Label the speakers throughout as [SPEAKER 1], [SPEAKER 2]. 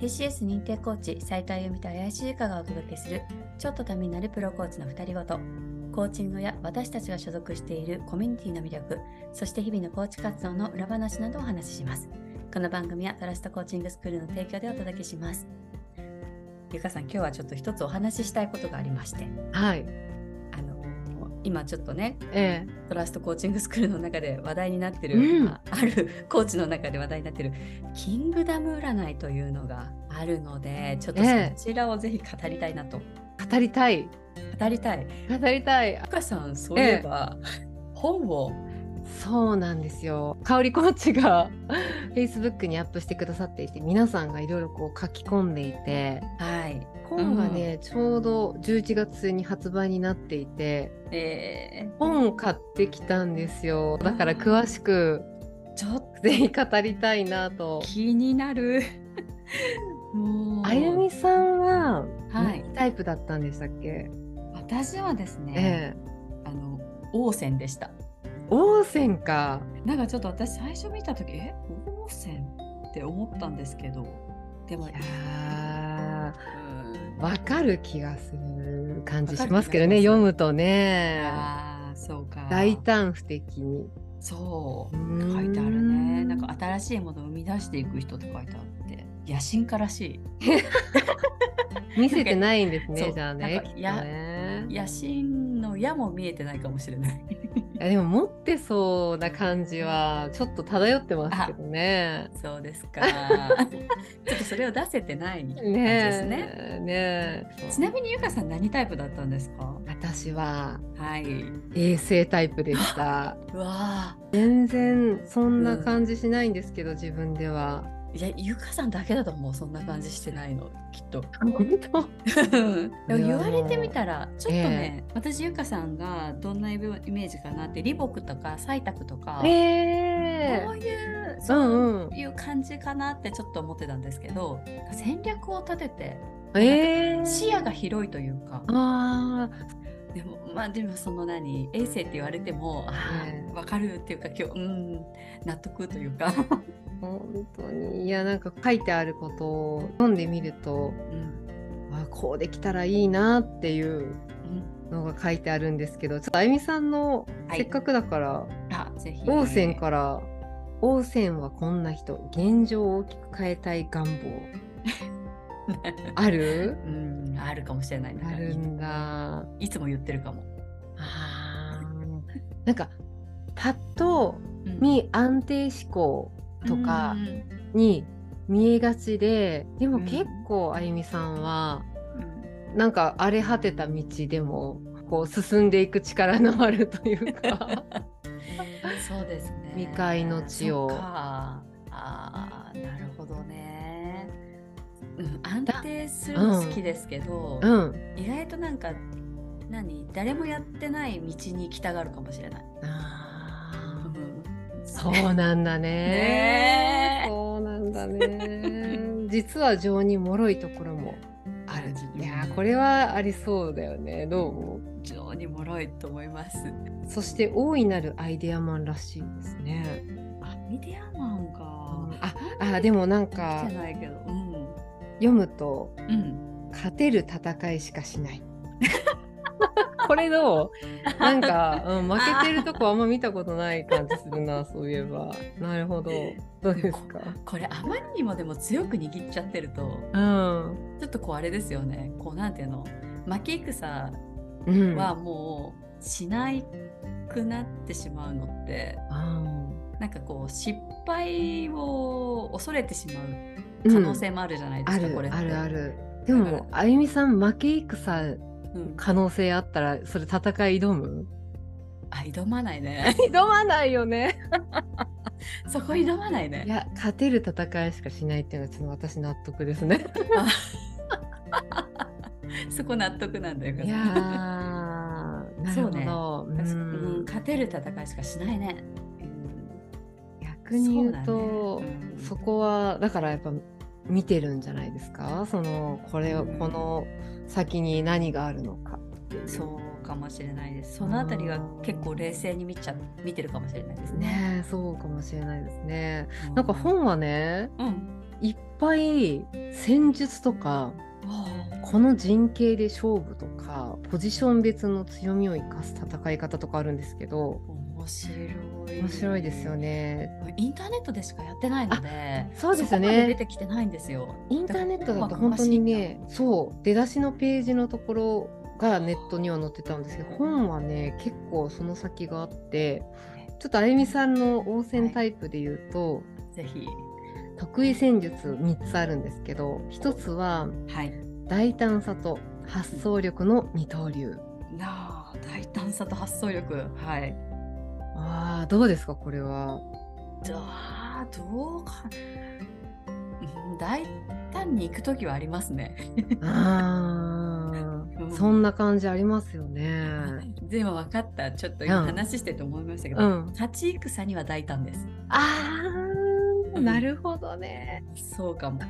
[SPEAKER 1] PCS 認定コーチ斉藤由美と林由香がお届けするちょっとためになるプロコーチの2人ごとコーチングや私たちが所属しているコミュニティの魅力そして日々のコーチ活動の裏話などをお話ししますこの番組はトラストコーチングスクールの提供でお届けします由香さん今日はちょっと一つお話ししたいことがありまして
[SPEAKER 2] はい。
[SPEAKER 1] あの今ちょっとね
[SPEAKER 2] え
[SPEAKER 1] トラストコーチングスクールの中で話題になってる、
[SPEAKER 2] うん
[SPEAKER 1] まああるコーチの中で話題になってるキングダム占いというのがあるのでちょっとそ
[SPEAKER 2] ええ
[SPEAKER 1] ちらをぜひ語りたいなと、
[SPEAKER 2] え語りたい。
[SPEAKER 1] 語りたい
[SPEAKER 2] 語りたい。
[SPEAKER 1] 赤さんそういえば、本を
[SPEAKER 2] そうなんですよ。香りコーチが Facebook にアップしてくださっていて、皆さんがいろいろこう書き込んでいて、
[SPEAKER 1] はい
[SPEAKER 2] 本がね、ちょうど11月末に発売になっていて、
[SPEAKER 1] え
[SPEAKER 2] 本を買ってきたんですよ。だから
[SPEAKER 1] うん
[SPEAKER 2] 詳しく
[SPEAKER 1] ー、ちょっ
[SPEAKER 2] ぜひ語りたいな
[SPEAKER 1] と。
[SPEAKER 2] と
[SPEAKER 1] 気になるもう
[SPEAKER 2] あゆみさんは、
[SPEAKER 1] はい
[SPEAKER 2] 何タイプだったんでしたっけ？
[SPEAKER 1] 私はですね、
[SPEAKER 2] ええ
[SPEAKER 1] あの王戦でした
[SPEAKER 2] 王線か。
[SPEAKER 1] なんかちょっと私最初見た時え王戦って思ったんですけどでも
[SPEAKER 2] いや
[SPEAKER 1] うん
[SPEAKER 2] ーわかる気がする感じしますけど
[SPEAKER 1] わかる気がします
[SPEAKER 2] ね。読むとね。
[SPEAKER 1] あーそうか
[SPEAKER 2] 大胆不敵に
[SPEAKER 1] そう
[SPEAKER 2] 書
[SPEAKER 1] 書いてあるねなんか新しいものを生み出していく人って書いてあって野心家らし
[SPEAKER 2] 見せてないんです
[SPEAKER 1] そ
[SPEAKER 2] ね
[SPEAKER 1] う
[SPEAKER 2] じゃあ
[SPEAKER 1] な
[SPEAKER 2] ね
[SPEAKER 1] んか
[SPEAKER 2] きっと
[SPEAKER 1] いや
[SPEAKER 2] ね
[SPEAKER 1] い野心の矢も見えてないかもしれない
[SPEAKER 2] いやでも持ってそうな感じはちょっと漂ってますけどね
[SPEAKER 1] そうですかちょっとそれを出せてない感じ
[SPEAKER 2] ね
[SPEAKER 1] ですね
[SPEAKER 2] えねえ
[SPEAKER 1] ちなみにゆかさん何タイプだったんですか
[SPEAKER 2] 私は
[SPEAKER 1] はい
[SPEAKER 2] 衛生タイプでした
[SPEAKER 1] うわ
[SPEAKER 2] 全然そんな感じしないんですけど、自分では
[SPEAKER 1] ーいやゆかさんだけだと思うそんな感じしてないのきっと
[SPEAKER 2] 本当
[SPEAKER 1] でも
[SPEAKER 2] いや
[SPEAKER 1] 言われてみたらちょっとね、私ゆかさんがどんなイメージかなって李牧とか蔡卓とか、
[SPEAKER 2] え
[SPEAKER 1] こういう
[SPEAKER 2] う
[SPEAKER 1] そうん
[SPEAKER 2] うん
[SPEAKER 1] いう感じかなってちょっと思ってたんですけど、戦略を立てて
[SPEAKER 2] えー、
[SPEAKER 1] 視野が広いというか、
[SPEAKER 2] あー
[SPEAKER 1] でもまあでもその何衛生って言われてもあ
[SPEAKER 2] ね
[SPEAKER 1] 分かるっていうか今日うん納得というか、
[SPEAKER 2] 本当にいやなんか書いてあることを読んでみると
[SPEAKER 1] うん
[SPEAKER 2] あこうできたらいいなっていう
[SPEAKER 1] うん
[SPEAKER 2] のが書いてあるんですけどちょっとあゆみさんの
[SPEAKER 1] はい
[SPEAKER 2] せっかくだから、
[SPEAKER 1] あぜひ
[SPEAKER 2] 王線から「王線はこんな人現状を大きく変えたい 願望」ある
[SPEAKER 1] うんあるかもしれないな
[SPEAKER 2] あるんだ。
[SPEAKER 1] いつも言ってるかも。
[SPEAKER 2] あーなんかパッと
[SPEAKER 1] うん
[SPEAKER 2] 見安定思考とか
[SPEAKER 1] うん
[SPEAKER 2] に見えがちででも
[SPEAKER 1] うん
[SPEAKER 2] 結構あゆみさんは
[SPEAKER 1] うん
[SPEAKER 2] なんか荒れ果てた道でもこう進んでいく力のあるとい うか
[SPEAKER 1] そうですね。
[SPEAKER 2] 未開の地を
[SPEAKER 1] そっかああ、なるほどね。うん、安定するの好きですけど、
[SPEAKER 2] うん
[SPEAKER 1] 意外となんか何誰もやってない道に行きたがるかもしれない。う
[SPEAKER 2] あ
[SPEAKER 1] ん
[SPEAKER 2] ーそうなんだね
[SPEAKER 1] ねえ
[SPEAKER 2] そうなんだね実は情に脆いところもある
[SPEAKER 1] うん
[SPEAKER 2] いやーこれはありそうだよねどう思
[SPEAKER 1] 非常に脆いと思います。
[SPEAKER 2] うそして大いなるアイデアマンらしいですね
[SPEAKER 1] あ、ミディアマンか。
[SPEAKER 2] ああでもなんか
[SPEAKER 1] じゃないけど、うん、
[SPEAKER 2] 読むと
[SPEAKER 1] うん、
[SPEAKER 2] 勝てる戦いしかしない これどうなんか、うん、負けてるとこあんま見たことない感じする な、そういえば。なるほど。どうですか。
[SPEAKER 1] これあまりにもでも強く握っちゃってると、
[SPEAKER 2] うん。
[SPEAKER 1] ちょっとこうあれですよね。こうなんていうの、負け戦
[SPEAKER 2] うん。
[SPEAKER 1] はもうしないくなってしまうのって
[SPEAKER 2] うん
[SPEAKER 1] なんかこう失敗を恐れてしまう
[SPEAKER 2] うん
[SPEAKER 1] 可能性もあるじゃないで
[SPEAKER 2] あ
[SPEAKER 1] すか、これっ
[SPEAKER 2] る
[SPEAKER 1] て
[SPEAKER 2] あるある。で
[SPEAKER 1] だから
[SPEAKER 2] も、あゆみさん負け戦
[SPEAKER 1] うん、
[SPEAKER 2] 可能性あったら、それ戦い挑む。
[SPEAKER 1] あ挑まないね
[SPEAKER 2] 挑まないよね。
[SPEAKER 1] そこ挑まないね
[SPEAKER 2] いや、勝てる戦いしかしないっていうのは、ちょっと私納得ですね。
[SPEAKER 1] そこ納得なんだよ
[SPEAKER 2] いやー、 なるほど。う
[SPEAKER 1] うんん、勝てる戦いしかしないね、うん
[SPEAKER 2] 逆に言うと。
[SPEAKER 1] そうだねうん
[SPEAKER 2] そこはだからやっぱ見てるんじゃないですかそのこれを
[SPEAKER 1] うん
[SPEAKER 2] この先に何があるのかっていう
[SPEAKER 1] そうかもしれないですそのあたりは結構冷静に見ちゃ見てるかもしれないですね
[SPEAKER 2] ねえそうかもしれないですねなんか本はね
[SPEAKER 1] うん
[SPEAKER 2] いっぱい戦術とかこの陣形で勝負とかポジション別の強みを生かす戦い方とかあるんですけど
[SPEAKER 1] 面白い
[SPEAKER 2] 面白いですよね。
[SPEAKER 1] インターネットでしかやってないので
[SPEAKER 2] そうですよ
[SPEAKER 1] こまで出
[SPEAKER 2] ね。
[SPEAKER 1] てきてないんですよ
[SPEAKER 2] インターネットだと本当にねそう出だしのページのところがネットには載ってたんですけど本はね結構その先があってちょっとあゆみさんの応戦タイプで言うと、
[SPEAKER 1] ぜひ
[SPEAKER 2] 得意戦術3つあるんですけど1つは
[SPEAKER 1] はい
[SPEAKER 2] 大胆さと発想力の二刀流。
[SPEAKER 1] なあ大胆さと発想力はい
[SPEAKER 2] ああどうですかこれ は。
[SPEAKER 1] だどうかうん大胆に行く時はありますね
[SPEAKER 2] あ
[SPEAKER 1] うん
[SPEAKER 2] あそんな感じありますよね。
[SPEAKER 1] でも分かったちょっと
[SPEAKER 2] う
[SPEAKER 1] 今
[SPEAKER 2] ん
[SPEAKER 1] 話してて思いましたけ
[SPEAKER 2] う
[SPEAKER 1] ど、
[SPEAKER 2] ん。
[SPEAKER 1] 勝ち戦には大胆です
[SPEAKER 2] あ
[SPEAKER 1] う
[SPEAKER 2] あ
[SPEAKER 1] ん
[SPEAKER 2] なるほどね。
[SPEAKER 1] そうかも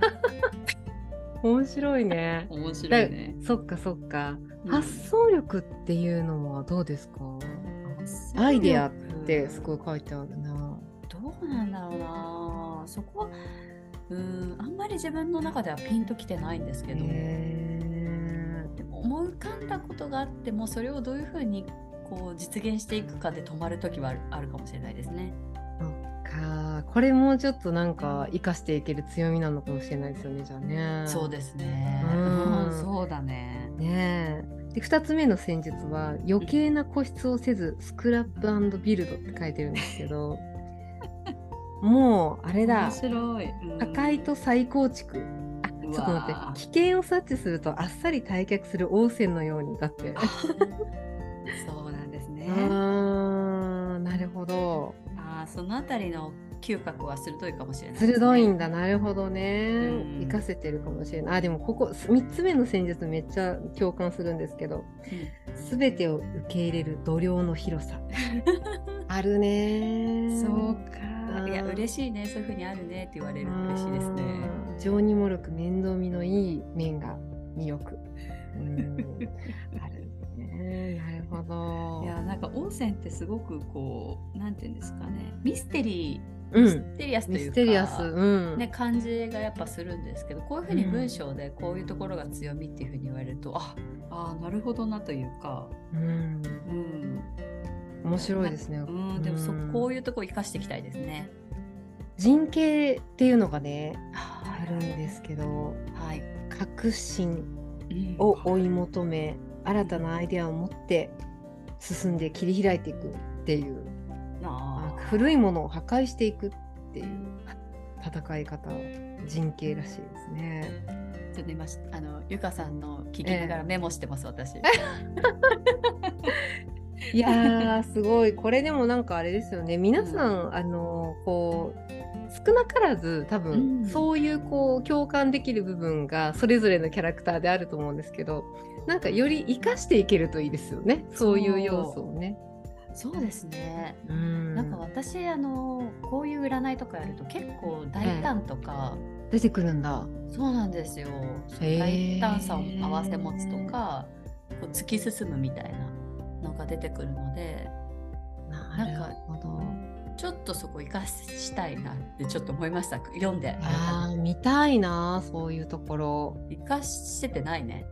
[SPEAKER 2] 面白いね。
[SPEAKER 1] 面白いね
[SPEAKER 2] そっかそっか。
[SPEAKER 1] うん
[SPEAKER 2] 発想力っていうのはどうですか。アイデアってすごい書いてあるな。
[SPEAKER 1] どうなんだろうなそこはうんあんまり自分の中ではピンときてないんですけど、
[SPEAKER 2] へ
[SPEAKER 1] でも思い浮かんだことがあってもそれをどういうふうにこう実現していくかで止まる時はあるあるかもしれないですね。
[SPEAKER 2] ーかこれもちょっとなんか生かしていける強みなのかもしれないですよねじゃあね。
[SPEAKER 1] そうですね、
[SPEAKER 2] うん
[SPEAKER 1] うんそうだね。
[SPEAKER 2] ねえで2つ目の戦術は余計な固執をせずスクラップビルドって書いてるんです けどもうあれだ
[SPEAKER 1] 面白い。うん
[SPEAKER 2] 赤いと再構築あちょっと待
[SPEAKER 1] うわー
[SPEAKER 2] って危険を察知するとあっさり退却する王戦のようにだって
[SPEAKER 1] あ
[SPEAKER 2] あ
[SPEAKER 1] そうなんですね。
[SPEAKER 2] ーなるほど
[SPEAKER 1] あーそのあたりの嗅覚は鋭いかもしれない、
[SPEAKER 2] 鋭いん。だなるほどね、
[SPEAKER 1] うん
[SPEAKER 2] 活かせてるかもしれないあでもここ3つ目の戦術めっちゃ共感するんですけど全てを受け入れる度量の広 さあるね
[SPEAKER 1] うんそう
[SPEAKER 2] う
[SPEAKER 1] か。
[SPEAKER 2] ん
[SPEAKER 1] いや嬉しいねそういうふうにあるねって言われるの嬉しいですね。
[SPEAKER 2] うん情にもろく面倒見のいい面が魅力うん あるねなるほど
[SPEAKER 1] いやなんか温泉ってすごくこうなんていうんですかねミステリー、
[SPEAKER 2] う
[SPEAKER 1] ミス
[SPEAKER 2] ん
[SPEAKER 1] テリアスと
[SPEAKER 2] ミ
[SPEAKER 1] いうか
[SPEAKER 2] ステリアスうん、
[SPEAKER 1] ね、感じがやっぱするんですけどこういうふうに
[SPEAKER 2] うん
[SPEAKER 1] 文章でこういうところが強みっていうふうに言われると、ああーなるほどなというか、
[SPEAKER 2] うん
[SPEAKER 1] うん
[SPEAKER 2] 面白いですね
[SPEAKER 1] うん、でもそ
[SPEAKER 2] うん
[SPEAKER 1] こういうところ生かしていきたいですね。
[SPEAKER 2] 人形っていうのがね
[SPEAKER 1] は
[SPEAKER 2] あるんですけど
[SPEAKER 1] はい、
[SPEAKER 2] 革新
[SPEAKER 1] うん
[SPEAKER 2] を追い求め新たなアイデアを持って進んで切り開いていくっていう
[SPEAKER 1] なあ
[SPEAKER 2] 古いものを破壊していくっていう戦い方人形らしいですね。
[SPEAKER 1] ちょっと今しあのゆかさんの聞きながらメモしてます、私。
[SPEAKER 2] いやーすごいこれでもなんかあれですよね皆さん、あのこう少なからず多分、
[SPEAKER 1] うん
[SPEAKER 2] そういうこう共感できる部分がそれぞれのキャラクターであると思うんですけどなんかより生かしていけるといいですよねそういう要素をね。
[SPEAKER 1] そうですね。
[SPEAKER 2] うん
[SPEAKER 1] なんか私あのこういう占いとかやると結構大胆とか、
[SPEAKER 2] 出てくるんだ。
[SPEAKER 1] そうなんですよ。そ
[SPEAKER 2] へ
[SPEAKER 1] う
[SPEAKER 2] ー
[SPEAKER 1] 大胆さを合わせ持つとか、こう突き進むみたいなのが出てくるので、
[SPEAKER 2] な
[SPEAKER 1] る
[SPEAKER 2] ほど。
[SPEAKER 1] ちょっとそこ生かしたいなってちょっと思いました。読んで
[SPEAKER 2] ああ見たいなそういうところ。
[SPEAKER 1] 生かしててないね。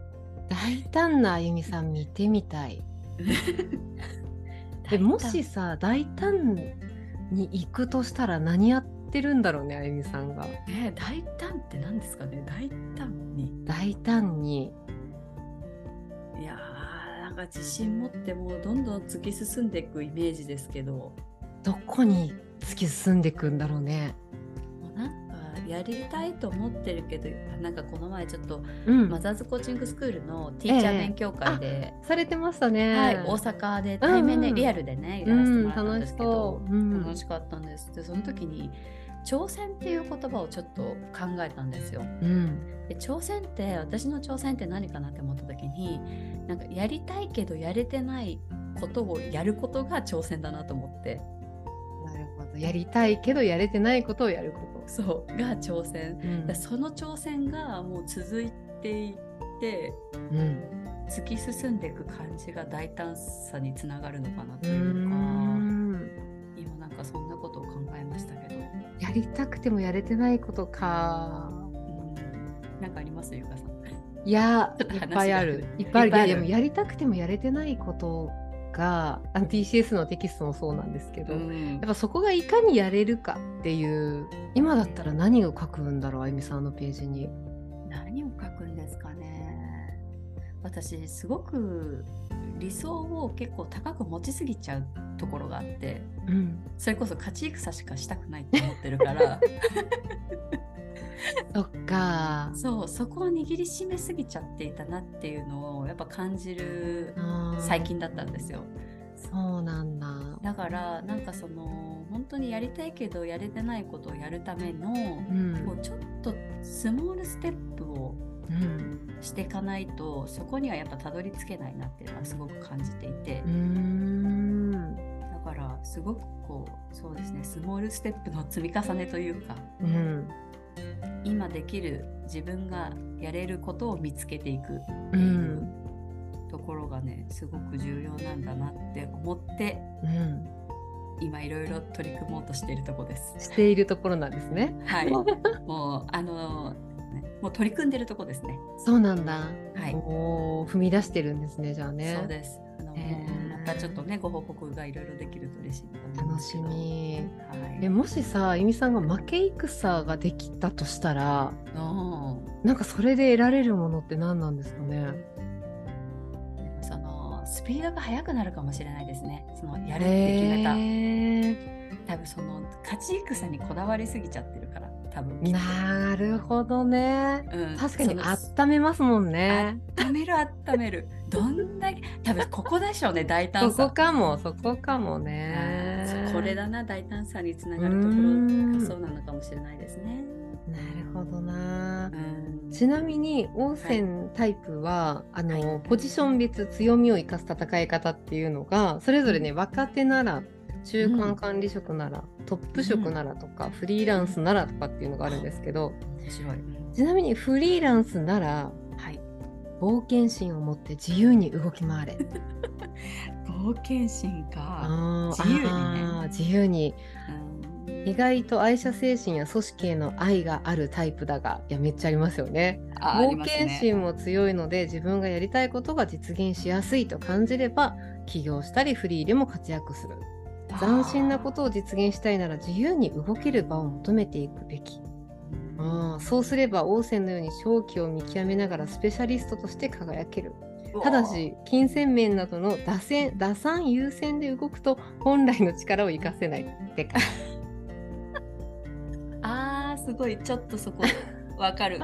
[SPEAKER 2] 大胆なあゆみさん見てみたい。で
[SPEAKER 1] 大胆
[SPEAKER 2] もしさ大胆に行くとしたら何やってるんだろうねあゆみさんが。
[SPEAKER 1] ね大胆って何ですかね。大胆に
[SPEAKER 2] 大胆に。
[SPEAKER 1] いやーなんか自信持ってもうどんどん突き進んでいくイメージですけど、も
[SPEAKER 2] どこに突き進んでいくんだろうね。
[SPEAKER 1] うなんかやりたいと思ってるけど、なんかこの前ちょっと
[SPEAKER 2] うん
[SPEAKER 1] マザーズコーチングスクールのティーチャー勉強会で。
[SPEAKER 2] されてましたね。
[SPEAKER 1] はい、大阪で対面で
[SPEAKER 2] うんうん
[SPEAKER 1] リアルでね、
[SPEAKER 2] う
[SPEAKER 1] やらせても
[SPEAKER 2] ん
[SPEAKER 1] らったん
[SPEAKER 2] 楽
[SPEAKER 1] で
[SPEAKER 2] し
[SPEAKER 1] すけど
[SPEAKER 2] そ、う。うん
[SPEAKER 1] 楽しかったんですでその時に挑戦っていう言葉をちょっと考えたんですよ
[SPEAKER 2] うん
[SPEAKER 1] で挑戦って私の挑戦って何かなって思った時になんかやりたいけどやれてないことをやることが挑戦だなと思って
[SPEAKER 2] なるほどやりたいけどやれてないことをやること。
[SPEAKER 1] そうが挑戦
[SPEAKER 2] うん
[SPEAKER 1] だその挑戦がもう続いていって
[SPEAKER 2] うん
[SPEAKER 1] 突き進んでいく感じが大胆さにつながるのかなと
[SPEAKER 2] う
[SPEAKER 1] いうか。
[SPEAKER 2] ん
[SPEAKER 1] 今なんかかそんなことを考えましたけど、
[SPEAKER 2] やりたくてもやれてないことか。
[SPEAKER 1] うん、なんかありますゆかさん。
[SPEAKER 2] いや、
[SPEAKER 1] ちょっと
[SPEAKER 2] いっ
[SPEAKER 1] 話
[SPEAKER 2] ぱい
[SPEAKER 1] が
[SPEAKER 2] あ
[SPEAKER 1] いっ
[SPEAKER 2] る。いっ
[SPEAKER 1] ぱ
[SPEAKER 2] ぱ
[SPEAKER 1] い
[SPEAKER 2] い
[SPEAKER 1] あ
[SPEAKER 2] あ
[SPEAKER 1] る
[SPEAKER 2] る。いや、でもやりたくてもやれてないことが、あの TCS のテキストもそうなんですけど、やっ
[SPEAKER 1] ん
[SPEAKER 2] ぱそこがいかにやれるかっていう、今だったら何を書くんだろう、あゆみさんのページに。
[SPEAKER 1] 何を書くんですかね私すごく理想を結構高く持ちすぎちゃうところがあって
[SPEAKER 2] うん。
[SPEAKER 1] それこそ勝ち戦しかしたくないって思ってるから
[SPEAKER 2] そっか。
[SPEAKER 1] そうそこを握りしめすぎちゃっていたなっていうのをやっぱ感じる
[SPEAKER 2] あー
[SPEAKER 1] 最。近だったんですよ
[SPEAKER 2] そうなんだ。
[SPEAKER 1] だからなんかその本当にやりたいけどやれてないことをやるための
[SPEAKER 2] うん。
[SPEAKER 1] こうちょっとスモールステップを
[SPEAKER 2] うん。
[SPEAKER 1] していかないとそこにはやっぱたどり着けないなっていうのはすごく感じていて、
[SPEAKER 2] うーん。
[SPEAKER 1] だからすごくこうそうですねスモールステップの積み重ねというか
[SPEAKER 2] うん。
[SPEAKER 1] 今できる自分がやれることを見つけていくって
[SPEAKER 2] う
[SPEAKER 1] い
[SPEAKER 2] ん。
[SPEAKER 1] うところがねすごく重要なんだなって思って
[SPEAKER 2] うん。
[SPEAKER 1] 今いろいろ取り組もうとしているとこです。
[SPEAKER 2] しているところなんですね。
[SPEAKER 1] はい、もうあのねもう取り組んでるとこですね。
[SPEAKER 2] そうなんだ。
[SPEAKER 1] はい、
[SPEAKER 2] おー踏み出してるんですね、じゃあね。
[SPEAKER 1] そうです。あの、
[SPEAKER 2] へー
[SPEAKER 1] またちょっとねご報告がいろいろできると嬉しいなと思うん
[SPEAKER 2] 楽
[SPEAKER 1] です
[SPEAKER 2] し
[SPEAKER 1] けど。
[SPEAKER 2] み。
[SPEAKER 1] はい。
[SPEAKER 2] えもしさゆみさんが負け戦ができたとしたら
[SPEAKER 1] うん
[SPEAKER 2] なんかそれで得られるものって何なんですかね
[SPEAKER 1] そのスピードが速くなるかもしれないですね。そのやるって決めた、
[SPEAKER 2] へ
[SPEAKER 1] 多分その勝ち戦にこだわりすぎちゃってるから、多分
[SPEAKER 2] ーなるほどね
[SPEAKER 1] うん、
[SPEAKER 2] 確かに
[SPEAKER 1] その
[SPEAKER 2] 温めますもんね
[SPEAKER 1] 温める温める。どんだけ多分ここでしょうね大
[SPEAKER 2] そ
[SPEAKER 1] 胆さ。
[SPEAKER 2] こかもそこかも
[SPEAKER 1] あ
[SPEAKER 2] ね
[SPEAKER 1] ーそうこれだな大胆さにつなが
[SPEAKER 2] う
[SPEAKER 1] るとこ
[SPEAKER 2] ー
[SPEAKER 1] ろ
[SPEAKER 2] ん
[SPEAKER 1] がそうなのかもしれないですね。
[SPEAKER 2] なるほどな
[SPEAKER 1] うん。
[SPEAKER 2] ちなみに応戦タイプは、あの
[SPEAKER 1] はい
[SPEAKER 2] ポジション別強みを生かす戦い方っていうのがそれぞれね若手なら中間管理職なら、トップ職ならとか、フリーランスならとかっていうのがあるんですけど、
[SPEAKER 1] 面白い。うん
[SPEAKER 2] ちなみにフリーランスなら
[SPEAKER 1] はい。
[SPEAKER 2] 冒険心を持って自由に動き回れ。
[SPEAKER 1] 冒険心か。
[SPEAKER 2] あー
[SPEAKER 1] 自由にね
[SPEAKER 2] あー自由に
[SPEAKER 1] うん
[SPEAKER 2] 意外と愛社精神や組織への愛があるタイプだがいやめっちゃありますよね。
[SPEAKER 1] ああり
[SPEAKER 2] 冒
[SPEAKER 1] ます
[SPEAKER 2] 険
[SPEAKER 1] ね
[SPEAKER 2] 心も強いので自分がやりたいことが実現しやすいと感じれば起業したりフリーでも活躍する斬新なことを実現したいなら自由に動ける場を求めていくべきあーそうすれば王戦のように勝機を見極めながらスペシャリストとして輝けるただし金銭面などの打線打算優先で動くと本来の力を生かせないってか
[SPEAKER 1] あーすごいちょっとそ こわかる。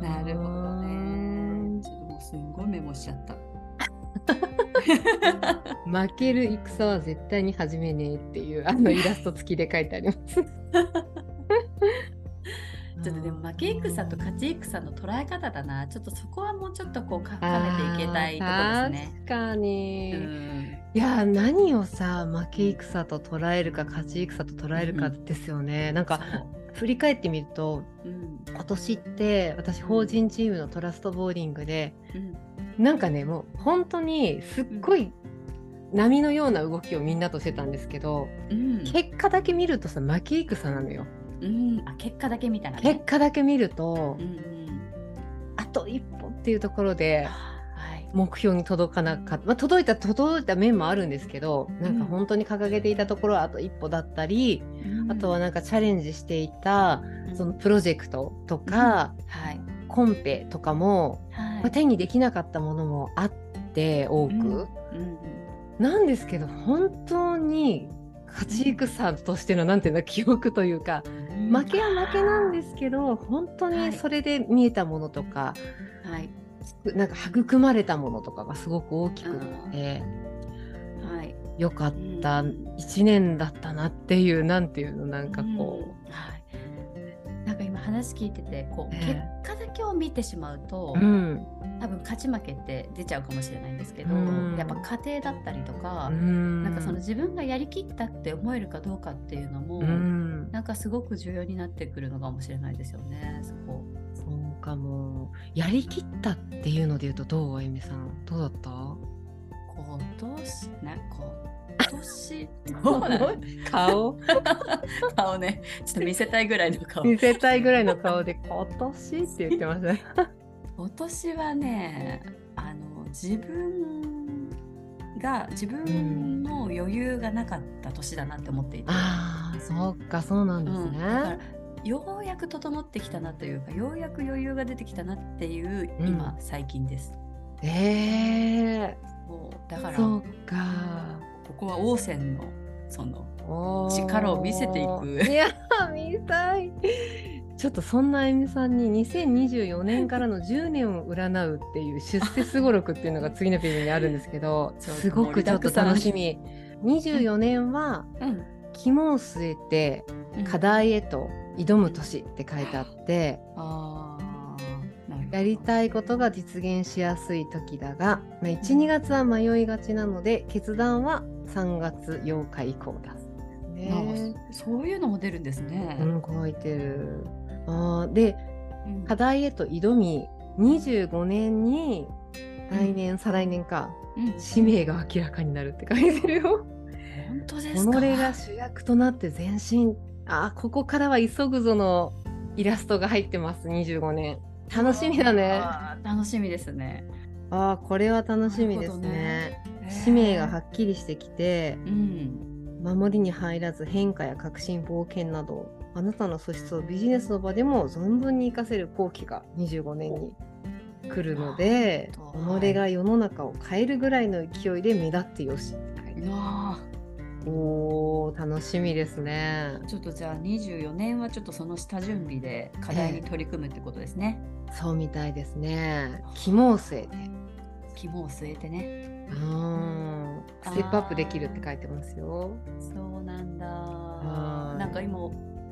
[SPEAKER 1] なるほどね。ちょっともうすんごいメモしちゃった。
[SPEAKER 2] 負ける戦は絶対に始めねえっていう あのイラスト付きで書いてあ ります
[SPEAKER 1] ちょっとでも負け戦と勝ち戦の捉え方だな。ちょっとそこはもうちょっとこう深めていけたいところですね。
[SPEAKER 2] 確かに、
[SPEAKER 1] うん
[SPEAKER 2] いや何をさ負け戦と捉えるか勝ち戦と捉えるかですよね、なんか振り返ってみると
[SPEAKER 1] そううん
[SPEAKER 2] 今年って私法人チームのトラストボーリングで
[SPEAKER 1] うん
[SPEAKER 2] なんかねもう本当にすっごい波のような動きをみんなとしてたんですけど、
[SPEAKER 1] うん
[SPEAKER 2] 結果だけ見るとさ負け戦なのよ
[SPEAKER 1] うんあ結果だけみたいな
[SPEAKER 2] 結
[SPEAKER 1] ね。
[SPEAKER 2] 果だけ見ると、
[SPEAKER 1] うんうん
[SPEAKER 2] あと一歩っていうところで
[SPEAKER 1] はい。
[SPEAKER 2] 目標に届かなかった、まあ、届いた届いた面もあるんですけどなんか本当に掲げていたところはあと一歩だったり、あとはなんかチャレンジしていた
[SPEAKER 1] うん
[SPEAKER 2] そのプロジェクトとか、
[SPEAKER 1] はい
[SPEAKER 2] コンペとかも、
[SPEAKER 1] は
[SPEAKER 2] まあ、
[SPEAKER 1] い。
[SPEAKER 2] 手にできなかったものもあって多
[SPEAKER 1] う
[SPEAKER 2] く、
[SPEAKER 1] んうん
[SPEAKER 2] なんですけど本当に勝ち戦としてのなんていうんだ記憶というか
[SPEAKER 1] うん
[SPEAKER 2] 負けは負けなんですけど本当
[SPEAKER 1] はい
[SPEAKER 2] にそれで見えたものとか、
[SPEAKER 1] はい
[SPEAKER 2] なんか育まれたものとかがすごく大きくなって。
[SPEAKER 1] はい。
[SPEAKER 2] 良かった
[SPEAKER 1] うん
[SPEAKER 2] 一年だったなっていうなんていうのなんかこ
[SPEAKER 1] うんはい、なんか今話聞いててこう、
[SPEAKER 2] ええ
[SPEAKER 1] 結果だけを見てしまうと、
[SPEAKER 2] う、うん
[SPEAKER 1] 多分勝ち負けって出ちゃうかもしれないんですけど、
[SPEAKER 2] うん
[SPEAKER 1] やっぱ家庭だったりとか、
[SPEAKER 2] うん、
[SPEAKER 1] なんかその自分がやりきったって思えるかどうかっていうのも、
[SPEAKER 2] うん、
[SPEAKER 1] なんかすごく重要になってくるのかもしれないですよねそこ。
[SPEAKER 2] そうかもやりきったっていうので言うとどうあゆみさんどうだった
[SPEAKER 1] ことしな今 年どうな の
[SPEAKER 2] 顔
[SPEAKER 1] 顔ねちょっと見せたいぐらいの顔
[SPEAKER 2] 見せたいぐらいの顔で今年って言ってましたね。
[SPEAKER 1] 今年はねあの自分が自分の余裕がなかった年だなって思っていて、
[SPEAKER 2] ああそうかそうなんです
[SPEAKER 1] うん
[SPEAKER 2] ね。
[SPEAKER 1] だからようやく整ってきたなというかようやく余裕が出てきたなっていう今、最近です
[SPEAKER 2] ええ
[SPEAKER 1] そうだから
[SPEAKER 2] ー、そ
[SPEAKER 1] こ
[SPEAKER 2] うか。
[SPEAKER 1] こは王泉のその
[SPEAKER 2] おー
[SPEAKER 1] 力を見せていく
[SPEAKER 2] いや見たい。ちょっとそんなあゆみさんに2024年からの10年を占うっていう出世すごろくっていうのが次のページにあるんです けど
[SPEAKER 1] ちょっと
[SPEAKER 2] すごくちょっと楽しみ。24年は
[SPEAKER 1] うん
[SPEAKER 2] 肝を据えて
[SPEAKER 1] うん
[SPEAKER 2] 課題へと挑む年って書いてあって。
[SPEAKER 1] あーなるほど
[SPEAKER 2] やりたいことが実現しやすい時だが、まあ、12月は迷いがちなので決断は3月8日以降だ。
[SPEAKER 1] なん
[SPEAKER 2] ね
[SPEAKER 1] かそういうのも出るんですね。
[SPEAKER 2] うん、書いてるあーで
[SPEAKER 1] うん
[SPEAKER 2] 課題へと挑み25年に
[SPEAKER 1] うん
[SPEAKER 2] 来年、再来年か
[SPEAKER 1] うん
[SPEAKER 2] 使命が明らかになるって書いてるよ。
[SPEAKER 1] 本当ですか。
[SPEAKER 2] 己が主役となって前進あーここからは急ぐぞのイラストが入ってます25年。楽しみだね。
[SPEAKER 1] あー楽しみですね。
[SPEAKER 2] ああこれは楽しみです
[SPEAKER 1] なるほど
[SPEAKER 2] ね。使命がはっきりしてきて
[SPEAKER 1] うん。
[SPEAKER 2] 守りに入らず変化や革新冒険などあなたの素質をビジネスの場でも存分に活かせる好機が25年に来るので
[SPEAKER 1] なるほど
[SPEAKER 2] 己が世の中を変えるぐらいの勢いで目立ってよし
[SPEAKER 1] うわー
[SPEAKER 2] おー楽しみですね
[SPEAKER 1] ちょっとじゃあ24年はちょっとその下準備で課題に取り組むってことですね。
[SPEAKER 2] そうみたいですね肝を据えて
[SPEAKER 1] 肝を据えてね。
[SPEAKER 2] うーんステップアップできるって書いてますよ
[SPEAKER 1] そうなんだ。
[SPEAKER 2] はい
[SPEAKER 1] なんか今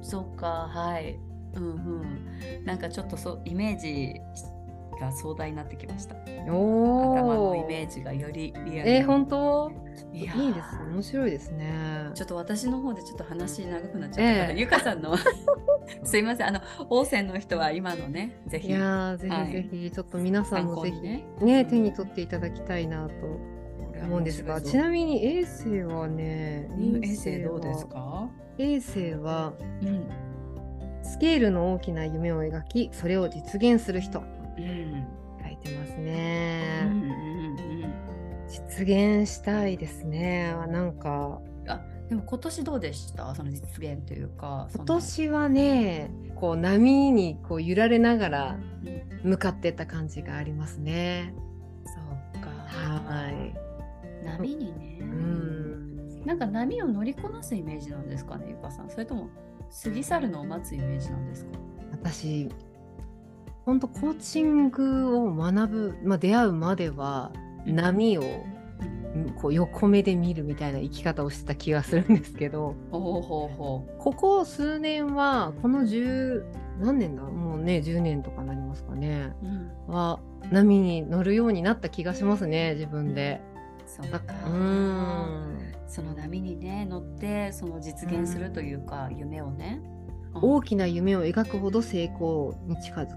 [SPEAKER 1] そうかはい。うんうん。なんかちょっとそうイメージが壮大になってきました。
[SPEAKER 2] お
[SPEAKER 1] 頭の
[SPEAKER 2] ー
[SPEAKER 1] イメージがよりリアルに。
[SPEAKER 2] えー、本当い
[SPEAKER 1] いや
[SPEAKER 2] や
[SPEAKER 1] ー
[SPEAKER 2] いいですね面白いですね
[SPEAKER 1] ちょっと私の方でちょっと話長くなっちゃったから、
[SPEAKER 2] ええ
[SPEAKER 1] ゆかさんの すいませんあの王泉の人は今のねぜ
[SPEAKER 2] い
[SPEAKER 1] ひこ
[SPEAKER 2] やーぜひぜひ、ちょっと皆さんも
[SPEAKER 1] 参
[SPEAKER 2] ぜひ
[SPEAKER 1] 考にね
[SPEAKER 2] ね
[SPEAKER 1] うん
[SPEAKER 2] 手に取っていただきたいなと
[SPEAKER 1] れは
[SPEAKER 2] 思うんですが
[SPEAKER 1] 面白い
[SPEAKER 2] ちなみに衛星はね
[SPEAKER 1] ぞうんエッセイどうですか？
[SPEAKER 2] 衛星は
[SPEAKER 1] うん
[SPEAKER 2] スケールの大きな夢を描きそれを実現する人
[SPEAKER 1] うん
[SPEAKER 2] 書いてます
[SPEAKER 1] うんうん
[SPEAKER 2] ね、
[SPEAKER 1] うんうん
[SPEAKER 2] 実現したいですねなんか
[SPEAKER 1] でも今年どうでしたその実現というか
[SPEAKER 2] 今年はねこう波にこう揺られながら
[SPEAKER 1] そのうん
[SPEAKER 2] 向かってった感じがありますね
[SPEAKER 1] そうか
[SPEAKER 2] はい
[SPEAKER 1] 波にね、
[SPEAKER 2] うん
[SPEAKER 1] なんか波を乗りこなすイメージなんですかねゆかさんそれとも過ぎ去るのを待つイメージなんですか？
[SPEAKER 2] 私本当コーチングを学ぶ、まあ、出会うまでは波をうんこう横目で見るみたいな生き方をしてた気がするんですけど
[SPEAKER 1] ほうほうほ
[SPEAKER 2] ここ数年はこの10何年だもうね10年とかなりますかね
[SPEAKER 1] う、うん、
[SPEAKER 2] は波に乗るようになった気がしますね自分で。
[SPEAKER 1] そう
[SPEAKER 2] なん
[SPEAKER 1] か
[SPEAKER 2] かうーん
[SPEAKER 1] その波にね乗ってその実現するというか、夢をね。
[SPEAKER 2] 大きな夢を描くほど成功に近づく。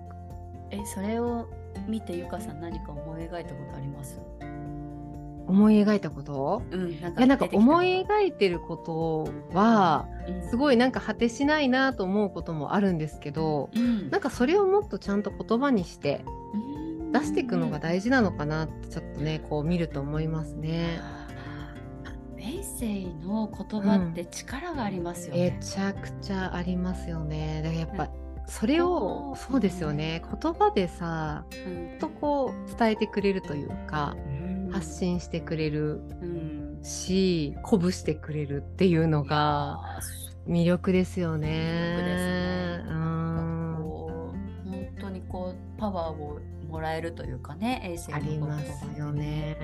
[SPEAKER 1] えそれを見てゆかさん何か思い描いたことあります？
[SPEAKER 2] 思い描いたこと
[SPEAKER 1] うんなん
[SPEAKER 2] いやなんか思い描いてることは、すごいなんか果てしないなと思うこともあるんですけど
[SPEAKER 1] うん
[SPEAKER 2] なんかそれをもっとちゃんと言葉にして
[SPEAKER 1] うん
[SPEAKER 2] 出していくのが大事なのかなってちょっとねこう見ると思いますね。
[SPEAKER 1] メイセイの言葉って力がありますよ
[SPEAKER 2] め
[SPEAKER 1] ね。
[SPEAKER 2] ちゃくちゃありますよね。だからやっぱそれを
[SPEAKER 1] うん
[SPEAKER 2] そうですよね言葉でさ
[SPEAKER 1] うん
[SPEAKER 2] とこう伝えてくれるというか
[SPEAKER 1] うん
[SPEAKER 2] 発信してくれ
[SPEAKER 1] う
[SPEAKER 2] る
[SPEAKER 1] ん
[SPEAKER 2] し鼓舞してくれるっていうのが
[SPEAKER 1] あそう
[SPEAKER 2] 魅力ですよね。
[SPEAKER 1] 魅力ですね
[SPEAKER 2] う
[SPEAKER 1] なんか
[SPEAKER 2] ん
[SPEAKER 1] こう本当にこうパワーをもらえるというかね、衛星
[SPEAKER 2] あ
[SPEAKER 1] の
[SPEAKER 2] り
[SPEAKER 1] 言葉
[SPEAKER 2] ま
[SPEAKER 1] って
[SPEAKER 2] すよ。ね。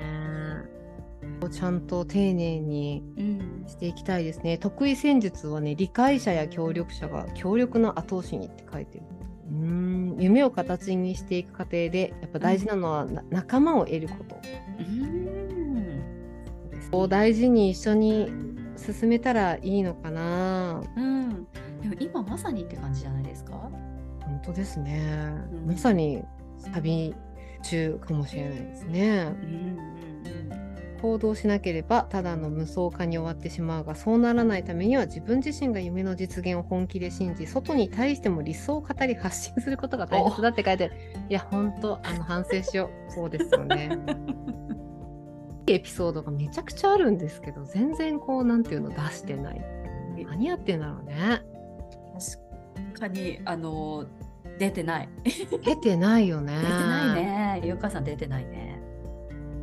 [SPEAKER 2] ちゃんと丁寧に
[SPEAKER 1] うん、
[SPEAKER 2] していきたいですね。得意戦術はね、理解者や協力者が協力の後押しにって書いてる。うーん夢を形にしていく過程でやっぱ大事なのはな、仲間を得ること
[SPEAKER 1] うん
[SPEAKER 2] ですを大事に一緒に進めたらいいのかな
[SPEAKER 1] うん、でも今まさにって感じじゃないですか。
[SPEAKER 2] 本当ですね、
[SPEAKER 1] うん
[SPEAKER 2] まさに旅中かもしれないですね
[SPEAKER 1] うんうんうん、
[SPEAKER 2] 行動しなければただの無双化に終わってしまうがそうならないためには自分自身が夢の実現を本気で信じ外に対しても理想を語り発信することが大切だって書いてあるいや本当あの反省しようそうですよねいいエピソードがめちゃくちゃあるんですけど全然こうなんていうの出してない何やってんだろうね
[SPEAKER 1] 確かにあの出てない
[SPEAKER 2] 出てないよね
[SPEAKER 1] 出てないねゆうかさん出てないね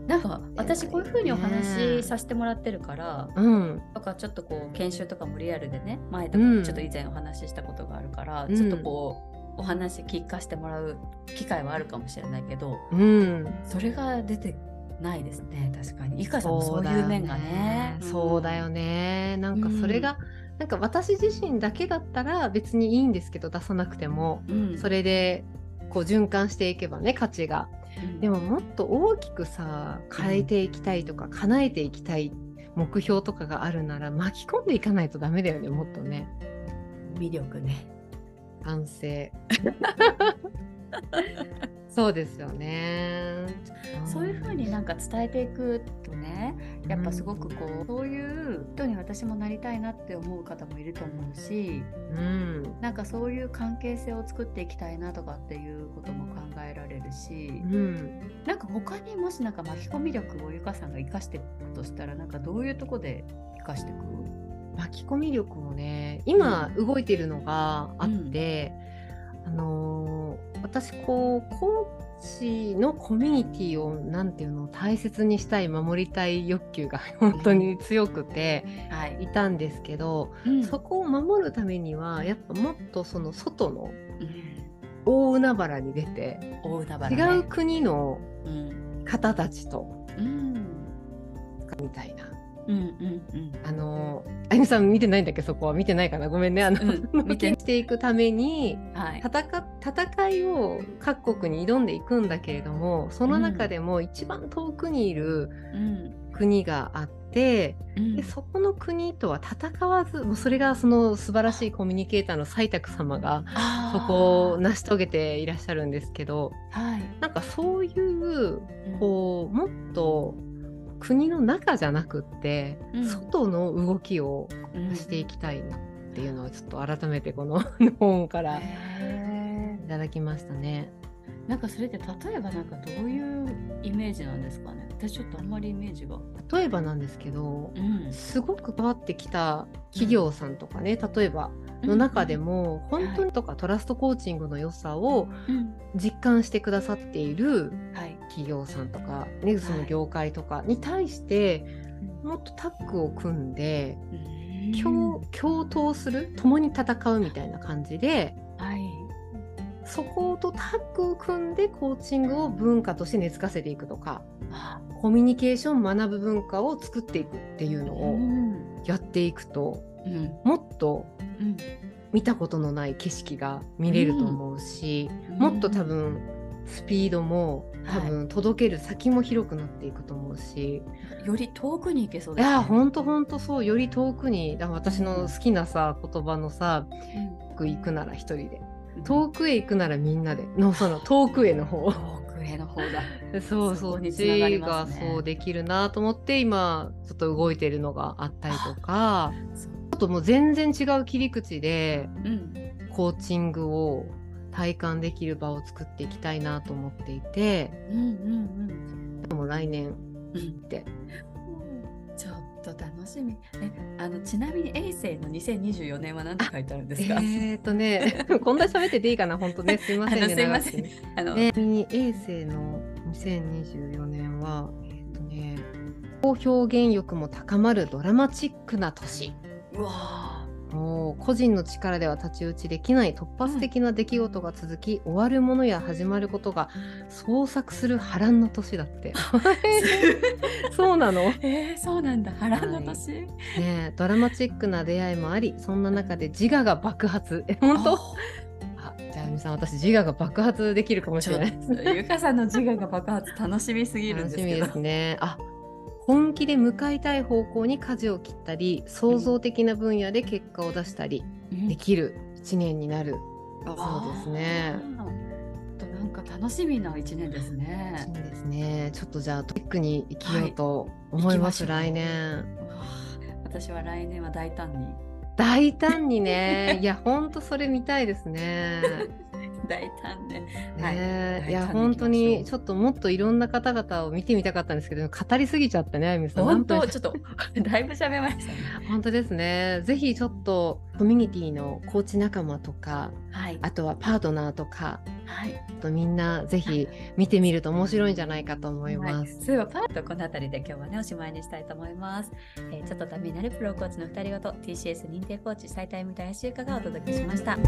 [SPEAKER 1] なんか私こういうふうにお話しさせてもらってるから、
[SPEAKER 2] うん
[SPEAKER 1] とかちょっとこう研修とかもリアルでね前とかもちょっと以前お話ししたことがあるから、
[SPEAKER 2] うん
[SPEAKER 1] ちょっとこうお話聞かせてもらう機会はあるかもしれないけど
[SPEAKER 2] うん
[SPEAKER 1] それが出てないですね確かにいかさんもそういう面がね
[SPEAKER 2] そうだよ
[SPEAKER 1] ね、
[SPEAKER 2] ね。なんかそれが、なんか私自身だけだったら別にいいんですけど出さなくても、
[SPEAKER 1] うん
[SPEAKER 2] それでこう循環していけばね価値が。でももっと大きくさ変えていきたいとか、叶えていきたい目標とかがあるなら巻き込んでいかないとダメだよねもっとね。
[SPEAKER 1] 魅力ね
[SPEAKER 2] 反 省。そうですよね。
[SPEAKER 1] そういうふうになんか伝えていくとねやっぱすごくこう、そういう人に私もなりたいなって思う方もいると思うし
[SPEAKER 2] うん。
[SPEAKER 1] なんかそういう関係性を作っていきたいなとかっていうことも考えられるし
[SPEAKER 2] う、ん。
[SPEAKER 1] なんか他にもしなんか巻き込み力をゆかさんが生かしていくとしたらなんかどういうとこで生かしていく
[SPEAKER 2] 巻き込み力もね今動いてるのがあって、あのー私こうコーチのコミュニティをなんていうの大切にしたい守りたい欲求が 本当に強くて
[SPEAKER 1] はい、
[SPEAKER 2] いたんですけど、そこを守るためにはやっぱもっとその外の
[SPEAKER 1] うん
[SPEAKER 2] 大海原に出て
[SPEAKER 1] 大海原、
[SPEAKER 2] 違
[SPEAKER 1] ね、
[SPEAKER 2] う国の
[SPEAKER 1] うん
[SPEAKER 2] 方たちと
[SPEAKER 1] うん
[SPEAKER 2] みたいな。
[SPEAKER 1] うん うん
[SPEAKER 2] あのーあゆみさん見てないんだっけそこは見てないかなごめんねあの、
[SPEAKER 1] うん見 て
[SPEAKER 2] していくために
[SPEAKER 1] はい
[SPEAKER 2] 戦戦いを各国に挑んでいくんだけれどもその中でも一番遠くにいる
[SPEAKER 1] うん
[SPEAKER 2] 国があって、
[SPEAKER 1] うん
[SPEAKER 2] でそこの国とは戦わずもうそれがその素晴らしいコミュニケーターの採択様が
[SPEAKER 1] あ
[SPEAKER 2] そ
[SPEAKER 1] ー
[SPEAKER 2] こを成し遂げていらっしゃるんですけど
[SPEAKER 1] はい
[SPEAKER 2] なんかそういう
[SPEAKER 1] うん
[SPEAKER 2] こうもっと国の中じゃなくって、
[SPEAKER 1] うん
[SPEAKER 2] 外の動きを
[SPEAKER 1] うん
[SPEAKER 2] していきたいなっていうのをちょっと改めてこの 本からい
[SPEAKER 1] へ
[SPEAKER 2] ただきましたね。
[SPEAKER 1] ーなんかそれって例えばなんかどういうイメージなんですかね私ちょっとあんまりイメージが、
[SPEAKER 2] 例えばなんですけど
[SPEAKER 1] うん
[SPEAKER 2] すごく変わってきた企業さんとかね例えばの中で、も
[SPEAKER 1] ん
[SPEAKER 2] 本当にとかトラストコーチングの良さを
[SPEAKER 1] うん
[SPEAKER 2] 実感してくださっている
[SPEAKER 1] はい
[SPEAKER 2] 企業さんとかねその業界とかに対してもっとタッグを組んで共共闘する共に戦うみたいな感じで
[SPEAKER 1] はい
[SPEAKER 2] そことタッグを組んでコーチングを文化として根付かせていくとか
[SPEAKER 1] あ
[SPEAKER 2] コミュニケーション学ぶ文化を作っていくっていうの
[SPEAKER 1] う
[SPEAKER 2] を
[SPEAKER 1] ん
[SPEAKER 2] やっていくと
[SPEAKER 1] うん
[SPEAKER 2] もっと
[SPEAKER 1] うん
[SPEAKER 2] 見たことのない景色が見れると思うし、もっと多分スピードも多分届ける先も広くなっていくと思うし、
[SPEAKER 1] より遠くに行けそう
[SPEAKER 2] い、
[SPEAKER 1] です、ね、
[SPEAKER 2] やほんとほんとそうより遠くにだから私の好きなさ言葉のさ「遠く行くなら一人で
[SPEAKER 1] うん
[SPEAKER 2] 遠くへ行くならみんなで」のその遠くへの 方
[SPEAKER 1] 遠くへの方だ
[SPEAKER 2] そ
[SPEAKER 1] そ
[SPEAKER 2] うそ
[SPEAKER 1] こ
[SPEAKER 2] っ
[SPEAKER 1] に繋がり
[SPEAKER 2] ち
[SPEAKER 1] ま
[SPEAKER 2] が
[SPEAKER 1] すね
[SPEAKER 2] そうできるなと思って今ちょっと動いてるのがあったりとか
[SPEAKER 1] そう
[SPEAKER 2] あともう全然違う切り口で
[SPEAKER 1] うん
[SPEAKER 2] コーチングを体感できる場を作っていきたいなと思っていて
[SPEAKER 1] うんうん
[SPEAKER 2] でも来年
[SPEAKER 1] うんう
[SPEAKER 2] っ
[SPEAKER 1] ん
[SPEAKER 2] て
[SPEAKER 1] ちょっと楽しみえあのちなみに衛星の2024年は何て書いてあるんですか、
[SPEAKER 2] えーっ とねこんな喋ってていいかな本当ねすいません
[SPEAKER 1] あ
[SPEAKER 2] ね
[SPEAKER 1] のすいません
[SPEAKER 2] 長くて
[SPEAKER 1] あの、
[SPEAKER 2] ねちなみに永世の2024年はえーっとねこう表現力も高まるドラマチックな年
[SPEAKER 1] うわ
[SPEAKER 2] もう個人の力では太刀打ちできない突発的な出来事が続き、終わるものや始まることが創作する波乱の年だって そうなの、ね
[SPEAKER 1] ーえー、そうなんだ波乱の年、
[SPEAKER 2] え、ドラマチックな出会いもありそんな中で自我が爆発え本当あじゃああゆみさん私自我が爆発できるかもし
[SPEAKER 1] ちょ
[SPEAKER 2] れ
[SPEAKER 1] っ
[SPEAKER 2] ない
[SPEAKER 1] とゆかさんの自我が爆発楽しみすぎるんで
[SPEAKER 2] 楽し
[SPEAKER 1] す
[SPEAKER 2] み
[SPEAKER 1] け
[SPEAKER 2] で
[SPEAKER 1] ど
[SPEAKER 2] すねあ本気で向かいたい方向に舵を切ったり創造的な分野で結果を出したり、
[SPEAKER 1] うん
[SPEAKER 2] できる一年になる
[SPEAKER 1] あー
[SPEAKER 2] そうですね
[SPEAKER 1] あとなんか楽しみな一年ですね
[SPEAKER 2] そ。うですね。ちょっとじゃあトピックに行きようと思います、
[SPEAKER 1] はい
[SPEAKER 2] 来年。
[SPEAKER 1] わあ私は来年は大胆に
[SPEAKER 2] 大胆にね、いや本当それ見たいですね。
[SPEAKER 1] 大胆で、はい
[SPEAKER 2] ね、
[SPEAKER 1] はいい
[SPEAKER 2] や
[SPEAKER 1] 大胆に
[SPEAKER 2] 本
[SPEAKER 1] 行きましょう
[SPEAKER 2] 当にちょっともっといろんな方々を見てみたかったんですけど、語りすぎちゃったね、あゆみさん。
[SPEAKER 1] 本当
[SPEAKER 2] 本
[SPEAKER 1] ちょっと だいぶ喋りましたね。
[SPEAKER 2] 当本当ですね。ぜひちょっとコミュニティのコーチ仲間とか、
[SPEAKER 1] はい
[SPEAKER 2] あとはパートナーとか、
[SPEAKER 1] はい。
[SPEAKER 2] ちょっとみんなぜひ見てみると面白いんじゃないかと思います。
[SPEAKER 1] はい、それではパッとこの辺りで今日はねおしまいにしたいと思います。えー、ちょっとためになるプロコーチの二人ごと TCS 認定コーチ斉田由美と林由香がお届けしました。